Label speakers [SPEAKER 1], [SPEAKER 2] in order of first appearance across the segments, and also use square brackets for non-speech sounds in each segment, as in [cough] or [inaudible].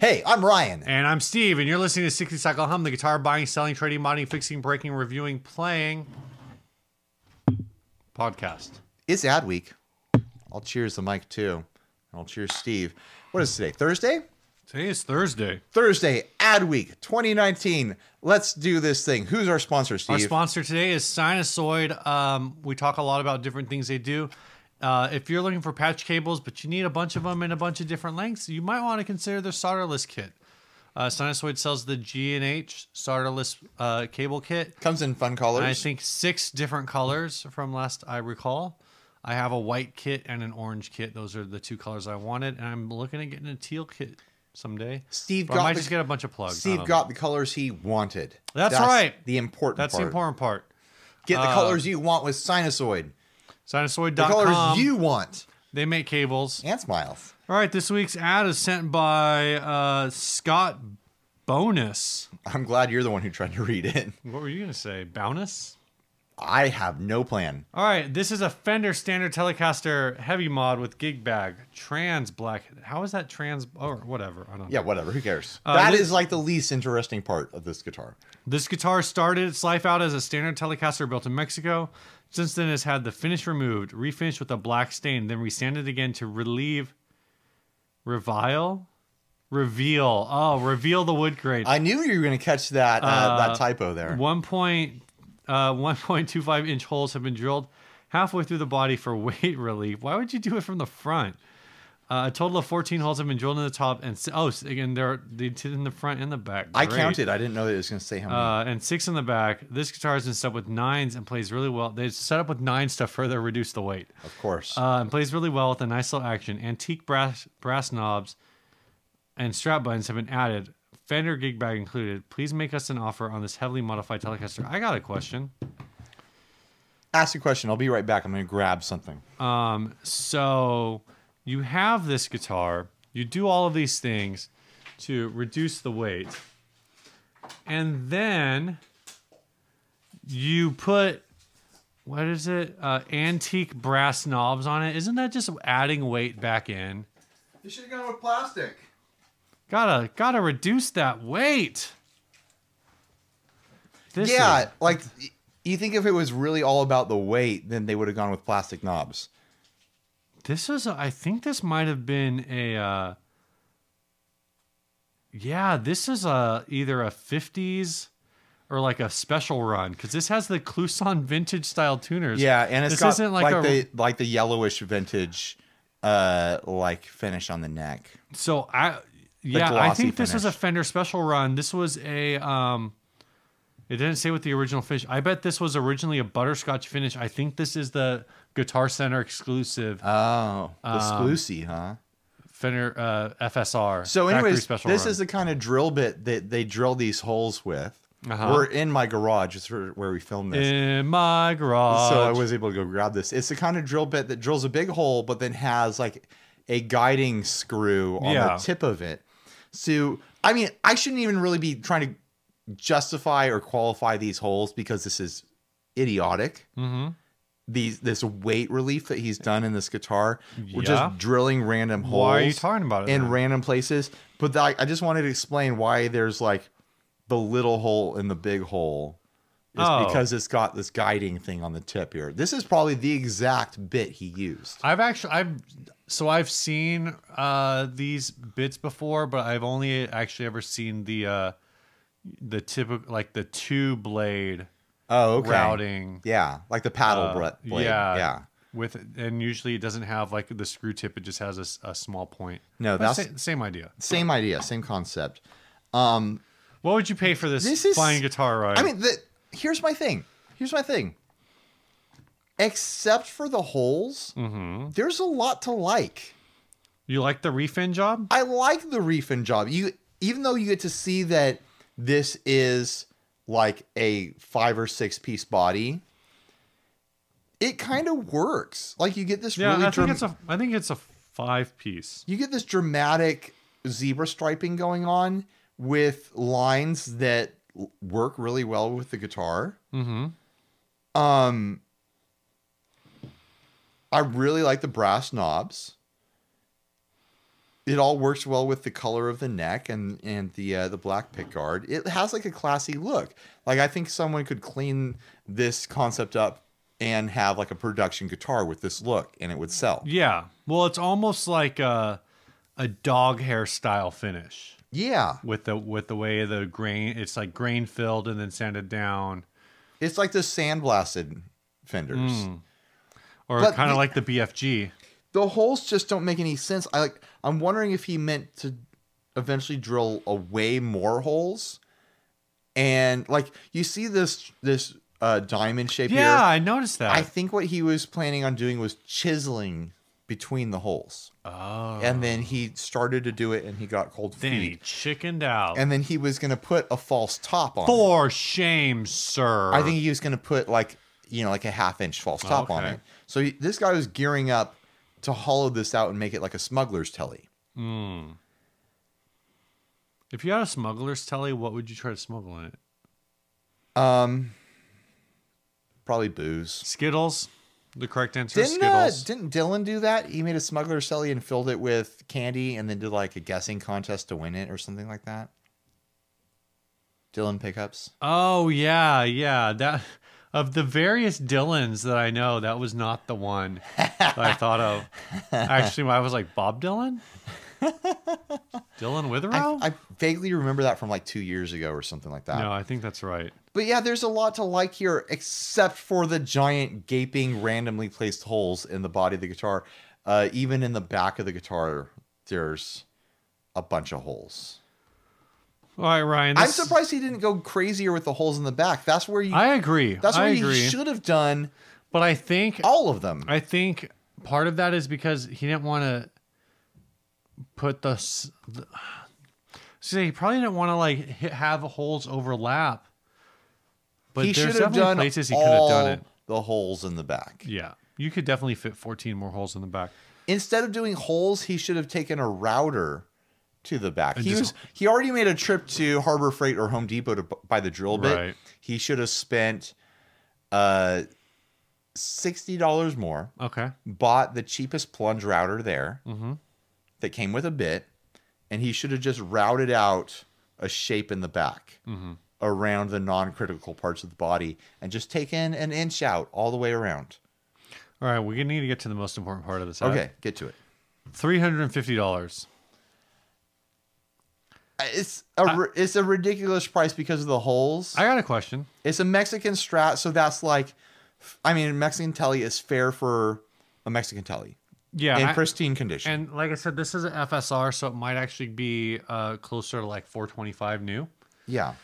[SPEAKER 1] Hey, I'm Ryan.
[SPEAKER 2] And I'm Steve, and you're listening to 60 Cycle Hum, the guitar buying, selling, trading, modding, fixing, breaking, reviewing, playing podcast.
[SPEAKER 1] It's ad week. I'll cheers the mic too. And I'll cheers Steve. What is today? Thursday?
[SPEAKER 2] Today is Thursday.
[SPEAKER 1] Thursday, ad week 2019. Let's do this thing. Who's our sponsor, Steve?
[SPEAKER 2] Our sponsor today is Sinusoid. Um, we talk a lot about different things they do. Uh, if you're looking for patch cables, but you need a bunch of them in a bunch of different lengths, you might want to consider their solderless kit. Uh, Sinusoid sells the G&H solderless uh, cable kit.
[SPEAKER 1] Comes in fun colors.
[SPEAKER 2] I think six different colors from last I recall. I have a white kit and an orange kit. Those are the two colors I wanted, and I'm looking at getting a teal kit someday.
[SPEAKER 1] Steve
[SPEAKER 2] But I
[SPEAKER 1] got
[SPEAKER 2] might
[SPEAKER 1] the-
[SPEAKER 2] just get a bunch of plugs. I
[SPEAKER 1] Steve
[SPEAKER 2] don't know.
[SPEAKER 1] got the colors he wanted.
[SPEAKER 2] That's right.
[SPEAKER 1] The important
[SPEAKER 2] That's
[SPEAKER 1] part.
[SPEAKER 2] the uh, important part.
[SPEAKER 1] Get the colors you want with Sinusoid. The colors
[SPEAKER 2] Sinusoid.com.
[SPEAKER 1] you want.
[SPEAKER 2] they make cables.
[SPEAKER 1] And smiles.
[SPEAKER 2] All right, this week's ad is sent by uh, Scott Bonus.
[SPEAKER 1] I'm glad you're the one who tried to read it.
[SPEAKER 2] What were you going to say? Bonus?
[SPEAKER 1] I have no plan.
[SPEAKER 2] All right, this is a Fender Standard Telecaster heavy mod with gig bag, trans black. How is that trans or whatever? I don't know.
[SPEAKER 1] Yeah, whatever. Who cares? that
[SPEAKER 2] Liz-
[SPEAKER 1] is like the least interesting part of this guitar.
[SPEAKER 2] This guitar started its life out as a standard Telecaster built in Mexico. Since then, has had the finish removed, refinished with a black stain, then resanded again to relieve, revile, reveal. Oh, reveal the wood grade.
[SPEAKER 1] I knew you were going to catch that uh, that typo there.
[SPEAKER 2] One point, uh, one point two five inch holes have been drilled halfway through the body for [laughs] weight relief. Why would you do it from the front? Uh, a total of fourteen holes have been drilled in the top, and s- oh, s- again, they're they did in the front and the back.
[SPEAKER 1] I
[SPEAKER 2] Great.
[SPEAKER 1] counted. I didn't know that it was going to say how many.
[SPEAKER 2] Uh, and six in the back. This guitar has been set up with nines and plays really well. They set up with nine stuff further reduce the weight.
[SPEAKER 1] of course.
[SPEAKER 2] Uh, and plays really well with a nice little action. Antique brass brass knobs and strap buttons have been added, Fender gig bag included. Please make us an offer on this heavily modified Telecaster. I got a question.
[SPEAKER 1] Ask a question. I'll be right back. I'm going to grab something.
[SPEAKER 2] Um, so you have this guitar, you do all of these things to reduce the weight, and then you put what is it? Uh, antique brass knobs on it. Isn't that just adding weight back in?
[SPEAKER 1] You should have gone with plastic.
[SPEAKER 2] Gotta gotta reduce that weight. This
[SPEAKER 1] yeah,
[SPEAKER 2] is-
[SPEAKER 1] like y- you think if it was really all about the weight, then they would have gone with plastic knobs.
[SPEAKER 2] This is, I think this might have been a, uh, yeah, this is a either a 50s or like a special run because this has the Cluson vintage style tuners.
[SPEAKER 1] Yeah, and it's
[SPEAKER 2] this
[SPEAKER 1] got
[SPEAKER 2] isn't
[SPEAKER 1] like,
[SPEAKER 2] like, a.
[SPEAKER 1] the like the yellowish vintage uh like finish on the neck.
[SPEAKER 2] so I, yeah, I
[SPEAKER 1] glossy
[SPEAKER 2] think this was a
[SPEAKER 1] finish.
[SPEAKER 2] Fender special run. This was a, um, it didn't say what the original finish. I bet this was originally a butterscotch finish. I think this is the Guitar Center exclusive
[SPEAKER 1] Oh, the sploosy, huh?
[SPEAKER 2] Fender uh, FSR.
[SPEAKER 1] So,
[SPEAKER 2] factory
[SPEAKER 1] anyways, this
[SPEAKER 2] special run.
[SPEAKER 1] is the kind of drill bit that they drill these holes with.
[SPEAKER 2] Uh-huh.
[SPEAKER 1] We're in my garage, is where where we filmed this.
[SPEAKER 2] in my garage.
[SPEAKER 1] so I was able to go grab this. It's the kind of drill bit that drills a big hole, but then has like a guiding screw on the
[SPEAKER 2] Yeah.
[SPEAKER 1] tip of it. So I mean, I shouldn't even really be trying to justify or qualify these holes because this is idiotic.
[SPEAKER 2] Mhm.
[SPEAKER 1] These this weight relief that he's done in this guitar, we're
[SPEAKER 2] Yeah.
[SPEAKER 1] just drilling random holes.
[SPEAKER 2] Why are you talking about it
[SPEAKER 1] in
[SPEAKER 2] then?
[SPEAKER 1] random places? But like, I just wanted to explain why there's like the little hole in the big hole is
[SPEAKER 2] Oh.
[SPEAKER 1] because it's got this guiding thing on the tip here. This is probably the exact bit he used.
[SPEAKER 2] I've actually I've so I've seen uh these bits before, but I've only actually ever seen the uh the typical like the two blade
[SPEAKER 1] Oh, okay.
[SPEAKER 2] routing.
[SPEAKER 1] Yeah, like the paddle
[SPEAKER 2] uh,
[SPEAKER 1] bru- blade.
[SPEAKER 2] Yeah.
[SPEAKER 1] Yeah. yeah.
[SPEAKER 2] With and usually it doesn't have like the screw tip, it just has a s- a, small point.
[SPEAKER 1] No,
[SPEAKER 2] But
[SPEAKER 1] that's-
[SPEAKER 2] sa- same idea.
[SPEAKER 1] Same idea, same concept.
[SPEAKER 2] What would you pay for this,
[SPEAKER 1] This is-
[SPEAKER 2] flying guitar ride?
[SPEAKER 1] I mean, the, here's my thing. Here's my thing. Except for the holes, there's a lot to like.
[SPEAKER 2] you like the refin job?
[SPEAKER 1] I like the refin job. You even though you get to see that this is like a five or six piece body, it kind of works. Like you get this
[SPEAKER 2] Yeah,
[SPEAKER 1] really
[SPEAKER 2] I think
[SPEAKER 1] dram-
[SPEAKER 2] it's a I think it's a five piece.
[SPEAKER 1] you get this dramatic zebra striping going on with lines that l- work really well with the guitar.
[SPEAKER 2] Mm-hmm.
[SPEAKER 1] Um, I really like the brass knobs. it all works well with the color of the neck and and the uh, the black pickguard. It has like a classy look. Like I think someone could clean this concept up and have like a production guitar with this look, and it would sell.
[SPEAKER 2] Yeah. Well, it's almost like a a dog hairstyle finish
[SPEAKER 1] Yeah,
[SPEAKER 2] with the with the way the grain it's like grain filled and then sanded down
[SPEAKER 1] it's like the sandblasted fenders.
[SPEAKER 2] or
[SPEAKER 1] But
[SPEAKER 2] kind
[SPEAKER 1] the-
[SPEAKER 2] of like the BFG.
[SPEAKER 1] The holes just don't make any sense. I like. I'm wondering if he meant to eventually drill away more holes, and like you see this this uh, diamond shape here.
[SPEAKER 2] Yeah, I noticed that.
[SPEAKER 1] I think what he was planning on doing was chiseling between the holes.
[SPEAKER 2] oh.
[SPEAKER 1] And then he started to do it and he got cold
[SPEAKER 2] Then he
[SPEAKER 1] feet.
[SPEAKER 2] chickened out.
[SPEAKER 1] And then he was going to put a false top on. it.
[SPEAKER 2] For shame, sir.
[SPEAKER 1] I think he was going to put like, you know, like a half inch false top on
[SPEAKER 2] Oh, Okay.
[SPEAKER 1] it. So he, this guy was gearing up to hollow this out and make it like a smuggler's telly.
[SPEAKER 2] Hmm. if you had a smuggler's telly, what would you try to smuggle in it?
[SPEAKER 1] Um probably booze.
[SPEAKER 2] Skittles. The correct answer is
[SPEAKER 1] Didn't, uh,
[SPEAKER 2] Skittles.
[SPEAKER 1] didn't Dylan do that? He made a smuggler's telly and filled it with candy and then did like a guessing contest to win it or something like that. Dylan pickups.
[SPEAKER 2] oh yeah, yeah. That of the various Dylans that I know, that was not the one that I thought of. Actually, I was like Bob Dylan, Dylan Witherow.
[SPEAKER 1] I, I vaguely remember that from like two years ago or something like that.
[SPEAKER 2] no, I think that's right.
[SPEAKER 1] But yeah, there's a lot to like here, except for the giant gaping, randomly placed holes in the body of the guitar. Uh, even in the back of the guitar, there's a bunch of holes.
[SPEAKER 2] All right, Ryan.
[SPEAKER 1] I'm
[SPEAKER 2] this-
[SPEAKER 1] surprised he didn't go crazier with the holes in the back. That's where you.
[SPEAKER 2] I agree.
[SPEAKER 1] that's where
[SPEAKER 2] I
[SPEAKER 1] you
[SPEAKER 2] agree.
[SPEAKER 1] should Oh. have done
[SPEAKER 2] but I think
[SPEAKER 1] all of them.
[SPEAKER 2] I think part of that is because he didn't want to put the, s- the see he probably didn't want to like hit, have holes overlap. But
[SPEAKER 1] he
[SPEAKER 2] there's
[SPEAKER 1] should have
[SPEAKER 2] definitely
[SPEAKER 1] done
[SPEAKER 2] places he could have
[SPEAKER 1] all
[SPEAKER 2] done it.
[SPEAKER 1] the holes in the back.
[SPEAKER 2] Yeah, you could definitely fit 14 more holes in the back.
[SPEAKER 1] instead of doing holes, he should have taken a router to the back.
[SPEAKER 2] And
[SPEAKER 1] He was
[SPEAKER 2] just-
[SPEAKER 1] he already made a trip to Harbor Freight or Home Depot to b- buy the drill bit.
[SPEAKER 2] Right.
[SPEAKER 1] He should have spent uh sixty dollars more,
[SPEAKER 2] Okay.
[SPEAKER 1] bought the cheapest plunge router there
[SPEAKER 2] Mm-hmm.
[SPEAKER 1] that came with a bit, and he should have just routed out a shape in the back.
[SPEAKER 2] Mm-hmm.
[SPEAKER 1] Around the non critical parts of the body and just taken an inch out all the way around.
[SPEAKER 2] All right, we need to get to the most important part of this. ad.
[SPEAKER 1] Okay, get to it.
[SPEAKER 2] $350.
[SPEAKER 1] Uh, It's a ri- it's a ridiculous price because of the holes.
[SPEAKER 2] I got a question.
[SPEAKER 1] it's a Mexican strat, so that's like, I mean, Mexican telly is fair for a Mexican telly
[SPEAKER 2] Yeah.
[SPEAKER 1] in
[SPEAKER 2] I-
[SPEAKER 1] pristine condition.
[SPEAKER 2] and like I said, this is an FSR, so it might actually be uh, closer to like 425 new.
[SPEAKER 1] yeah.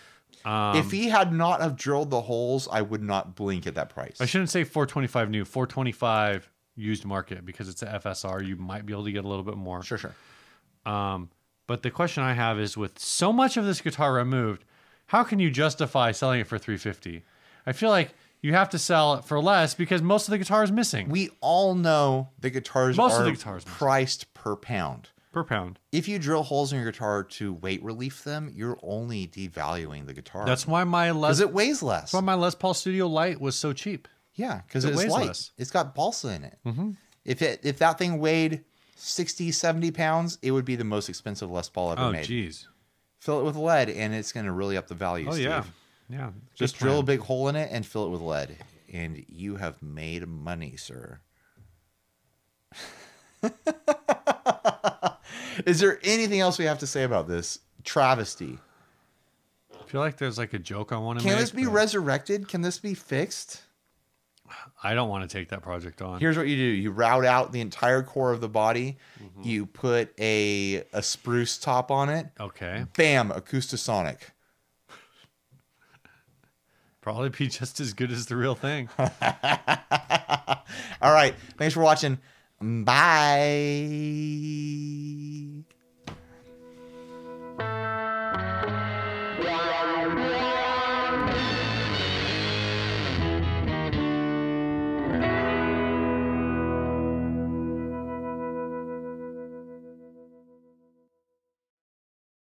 [SPEAKER 2] um,
[SPEAKER 1] if he had not have drilled the holes, I would not blink at that price.
[SPEAKER 2] I shouldn't say 425 new, 425 used market because it's a FSR. You might be able to get a little bit more.
[SPEAKER 1] sure, sure.
[SPEAKER 2] Um, but the question I have is with so much of this guitar removed, how can you justify selling it for 350? I feel like you have to sell it for less because most of the guitar is missing
[SPEAKER 1] We all know the guitars
[SPEAKER 2] Most of
[SPEAKER 1] are
[SPEAKER 2] the guitars must-
[SPEAKER 1] priced per pound.
[SPEAKER 2] per pound.
[SPEAKER 1] If you drill holes in your guitar to weight relief them, you're only devaluing the guitar.
[SPEAKER 2] That's why my Les
[SPEAKER 1] because it weighs less.
[SPEAKER 2] why my Les Paul Studio Light was so cheap.
[SPEAKER 1] Yeah, because
[SPEAKER 2] It
[SPEAKER 1] it's
[SPEAKER 2] weighs
[SPEAKER 1] light.
[SPEAKER 2] less. Mm-hmm.
[SPEAKER 1] It's got balsa in it. If it if that thing weighed 60, 70 pounds, it would be the most expensive Les Paul ever
[SPEAKER 2] Oh,
[SPEAKER 1] made.
[SPEAKER 2] jeez.
[SPEAKER 1] Fill it with lead, and it's going to really up the value.
[SPEAKER 2] Oh
[SPEAKER 1] Steve.
[SPEAKER 2] yeah, yeah. Good
[SPEAKER 1] Just drill a
[SPEAKER 2] plan.
[SPEAKER 1] big hole in it and fill it with lead, and you have made money, sir. [laughs] Is there anything else we have to say about this travesty?
[SPEAKER 2] I feel like there's like a joke I want to make.
[SPEAKER 1] Can this be
[SPEAKER 2] but
[SPEAKER 1] resurrected? Can this be fixed?
[SPEAKER 2] I don't want to take that project on.
[SPEAKER 1] Here's what you do: you route out the entire core of the body.
[SPEAKER 2] Mm-hmm.
[SPEAKER 1] You put a a spruce top on it.
[SPEAKER 2] Okay.
[SPEAKER 1] Bam! Acoustasonic.
[SPEAKER 2] Probably be [laughs] just as good as the real thing.
[SPEAKER 1] All right. Thanks for watching. Bye.